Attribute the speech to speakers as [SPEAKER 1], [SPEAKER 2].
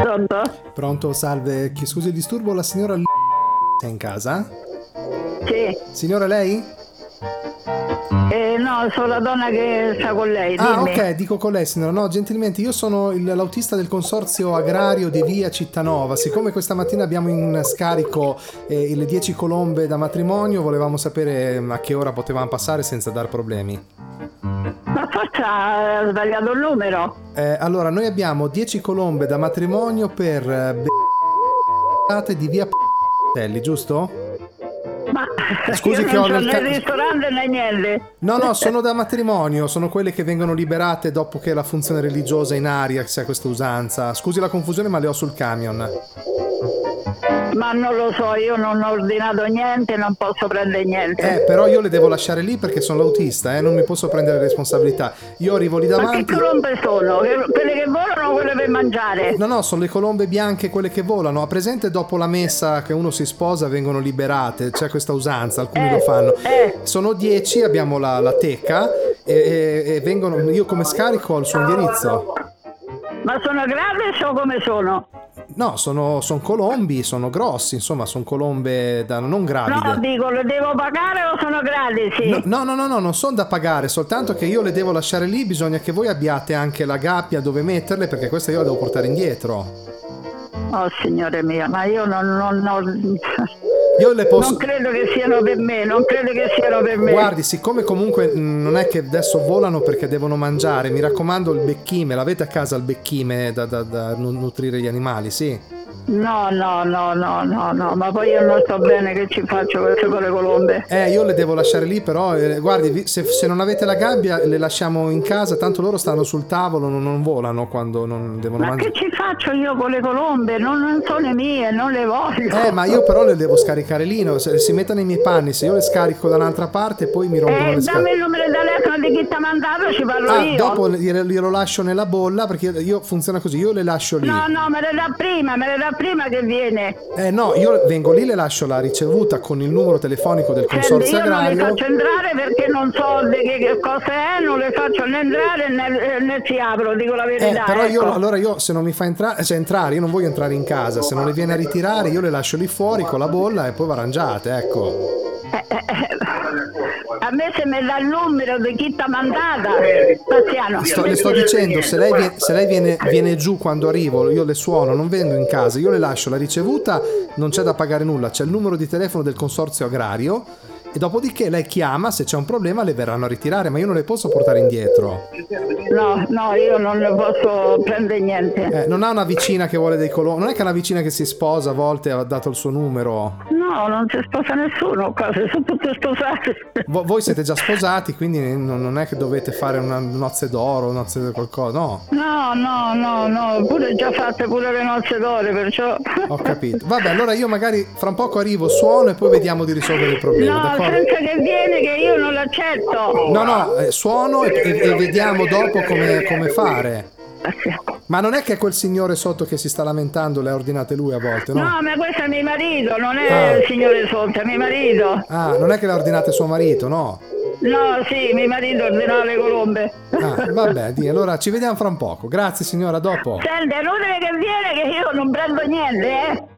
[SPEAKER 1] Pronto?
[SPEAKER 2] Pronto, salve. Chi- Scusi il disturbo, la signora L- è in casa?
[SPEAKER 1] Sì.
[SPEAKER 2] Signora lei?
[SPEAKER 1] Eh, no, sono la donna che sta con lei. Dimmi.
[SPEAKER 2] Ah, ok, dico con lei, signora. No, gentilmente, io sono il- l'autista del consorzio agrario di Via Cittanova. Siccome questa mattina abbiamo in scarico eh, le 10 colombe da matrimonio, volevamo sapere mm, a che ora potevamo passare senza dar problemi.
[SPEAKER 1] Ma forza ha sbagliato il numero.
[SPEAKER 2] Eh, allora, noi abbiamo 10 colombe da matrimonio per eh, be- di Via P***elli, giusto?
[SPEAKER 1] Ma
[SPEAKER 2] Eh, Scusi
[SPEAKER 1] io
[SPEAKER 2] che
[SPEAKER 1] non
[SPEAKER 2] ho
[SPEAKER 1] sono
[SPEAKER 2] nel
[SPEAKER 1] nel
[SPEAKER 2] ca-
[SPEAKER 1] ristorante né niente.
[SPEAKER 2] No, no, sono da matrimonio, sono quelle che vengono liberate dopo che la funzione religiosa è in aria c'è questa usanza. Scusi la confusione, ma le ho sul camion.
[SPEAKER 1] Ma non lo so, io non ho ordinato niente, non posso prendere niente.
[SPEAKER 2] Eh, però io le devo lasciare lì perché sono l'autista, eh, non mi posso prendere responsabilità. Io arrivo lì
[SPEAKER 1] Ma che
[SPEAKER 2] davanti.
[SPEAKER 1] colombe sono? Che- Quelle che volano o quelle per mangiare?
[SPEAKER 2] No, no, sono le colombe bianche quelle che volano. A presente dopo la messa che uno si sposa vengono liberate, c'è questa usanza, alcuni
[SPEAKER 1] Eh,
[SPEAKER 2] lo fanno.
[SPEAKER 1] eh.
[SPEAKER 2] Sono 10, abbiamo la, la teca e, e- e vengono, io come scarico ho il suo indirizzo.
[SPEAKER 1] Ma sono gratis o come sono?
[SPEAKER 2] No, sono, son colombi, sono grossi, insomma, sono colombe da non
[SPEAKER 1] No,
[SPEAKER 2] gravide.
[SPEAKER 1] dico, le devo pagare o sono gratis?
[SPEAKER 2] No, no, no, no, no, non sono da pagare, soltanto che io le devo lasciare lì, bisogna che voi abbiate anche la gabbia dove metterle, perché questa io la devo portare indietro.
[SPEAKER 1] Oh signore mio, ma io non, non- non-
[SPEAKER 2] Io le posso...
[SPEAKER 1] non credo che siano per me, non credo che siano per me.
[SPEAKER 2] Guardi, siccome comunque mh, non è che adesso volano perché devono mangiare, mi raccomando il becchime, l'avete a casa il becchime da, da- da nu- nutrire gli animali, sì?
[SPEAKER 1] No, no, no, no, no, no, ma poi io non so bene che ci faccio queste con le colombe.
[SPEAKER 2] Eh, io le devo lasciare lì, però, eh, guardi, vi- se, se non avete la gabbia le lasciamo in casa, tanto loro stanno sul tavolo, non, non volano quando non devono
[SPEAKER 1] Ma che
[SPEAKER 2] mangiare.
[SPEAKER 1] ci faccio io con le colombe? Non, non sono le mie, non le voglio.
[SPEAKER 2] Eh, ma io però le devo scaricare lì, no? Se- si mettono nei miei panni, se io le scarico da un'altra parte poi mi rompono
[SPEAKER 1] Eh,
[SPEAKER 2] le
[SPEAKER 1] dammi
[SPEAKER 2] scatole.
[SPEAKER 1] il numero di telefono di chi ti ha mandato, ci parlo
[SPEAKER 2] Ah,
[SPEAKER 1] io.
[SPEAKER 2] dopo glielo glielo lascio nella bolla perché io funziona così, io le lascio lì.
[SPEAKER 1] No, no, me le dà prima, me le dà prima che viene.
[SPEAKER 2] Eh no, io vengo lì, le lascio la ricevuta con il numero telefonico del
[SPEAKER 1] Senti,
[SPEAKER 2] consorzio
[SPEAKER 1] Eh, io non le
[SPEAKER 2] agrario.
[SPEAKER 1] faccio entrare perché non so di che, che cosa è, non le faccio né entrare né, né si apro, dico la
[SPEAKER 2] Eh,
[SPEAKER 1] verità.
[SPEAKER 2] però io
[SPEAKER 1] ecco.
[SPEAKER 2] allora io se non mi fa entrare, cioè entrare, io non voglio entrare in casa, se non le viene a ritirare io le lascio lì fuori con la bolla e poi va arrangiate, ecco.
[SPEAKER 1] A me se mi dà il numero di chi t'ha mandata, Bastiano.
[SPEAKER 2] Sto- le sto dicendo, se lei, vie- se lei viene, viene giù quando arrivo, io le suono, non vengo in casa, io le lascio la ricevuta, non c'è da pagare nulla, c'è il numero di telefono del consorzio agrario e dopodiché lei chiama, se c'è un problema le verranno a ritirare, ma io non le posso portare indietro.
[SPEAKER 1] No, no, io non ne posso prendere niente.
[SPEAKER 2] Eh, non ha una vicina che vuole dei colori. Non è che ha una vicina che si sposa a volte ha dato il suo numero.
[SPEAKER 1] No, non si sposa nessuno qua, si sono tutte sposate.
[SPEAKER 2] Vo- voi siete già sposati, quindi non, non è che dovete fare una nozze d'oro, nozze di qualcosa. No,
[SPEAKER 1] No, no, no, no, pure già fatte pure le nozze d'ore, perciò...
[SPEAKER 2] ho capito. Vabbè, allora io magari fra un poco arrivo, suono e poi vediamo di risolvere il problema,
[SPEAKER 1] No,
[SPEAKER 2] d'accordo?
[SPEAKER 1] senza che viene che io non l'accetto.
[SPEAKER 2] No, no, eh, suono e, e- e vediamo dopo come, come fare.
[SPEAKER 1] Bastiano.
[SPEAKER 2] Ma non è che quel signore sotto che si sta lamentando le ha ordinate lui a volte, no?
[SPEAKER 1] No, ma questo è mio marito, non è il
[SPEAKER 2] Ah.
[SPEAKER 1] signore Sotta, è mio marito.
[SPEAKER 2] Ah, non è che le ha ordinate suo marito, no?
[SPEAKER 1] No, sì, mio marito ordinò le colombe.
[SPEAKER 2] Ah, vabbè, di, allora ci vediamo fra un poco. Grazie signora, a dopo.
[SPEAKER 1] Senti, è inutile che viene che io non prendo niente, eh?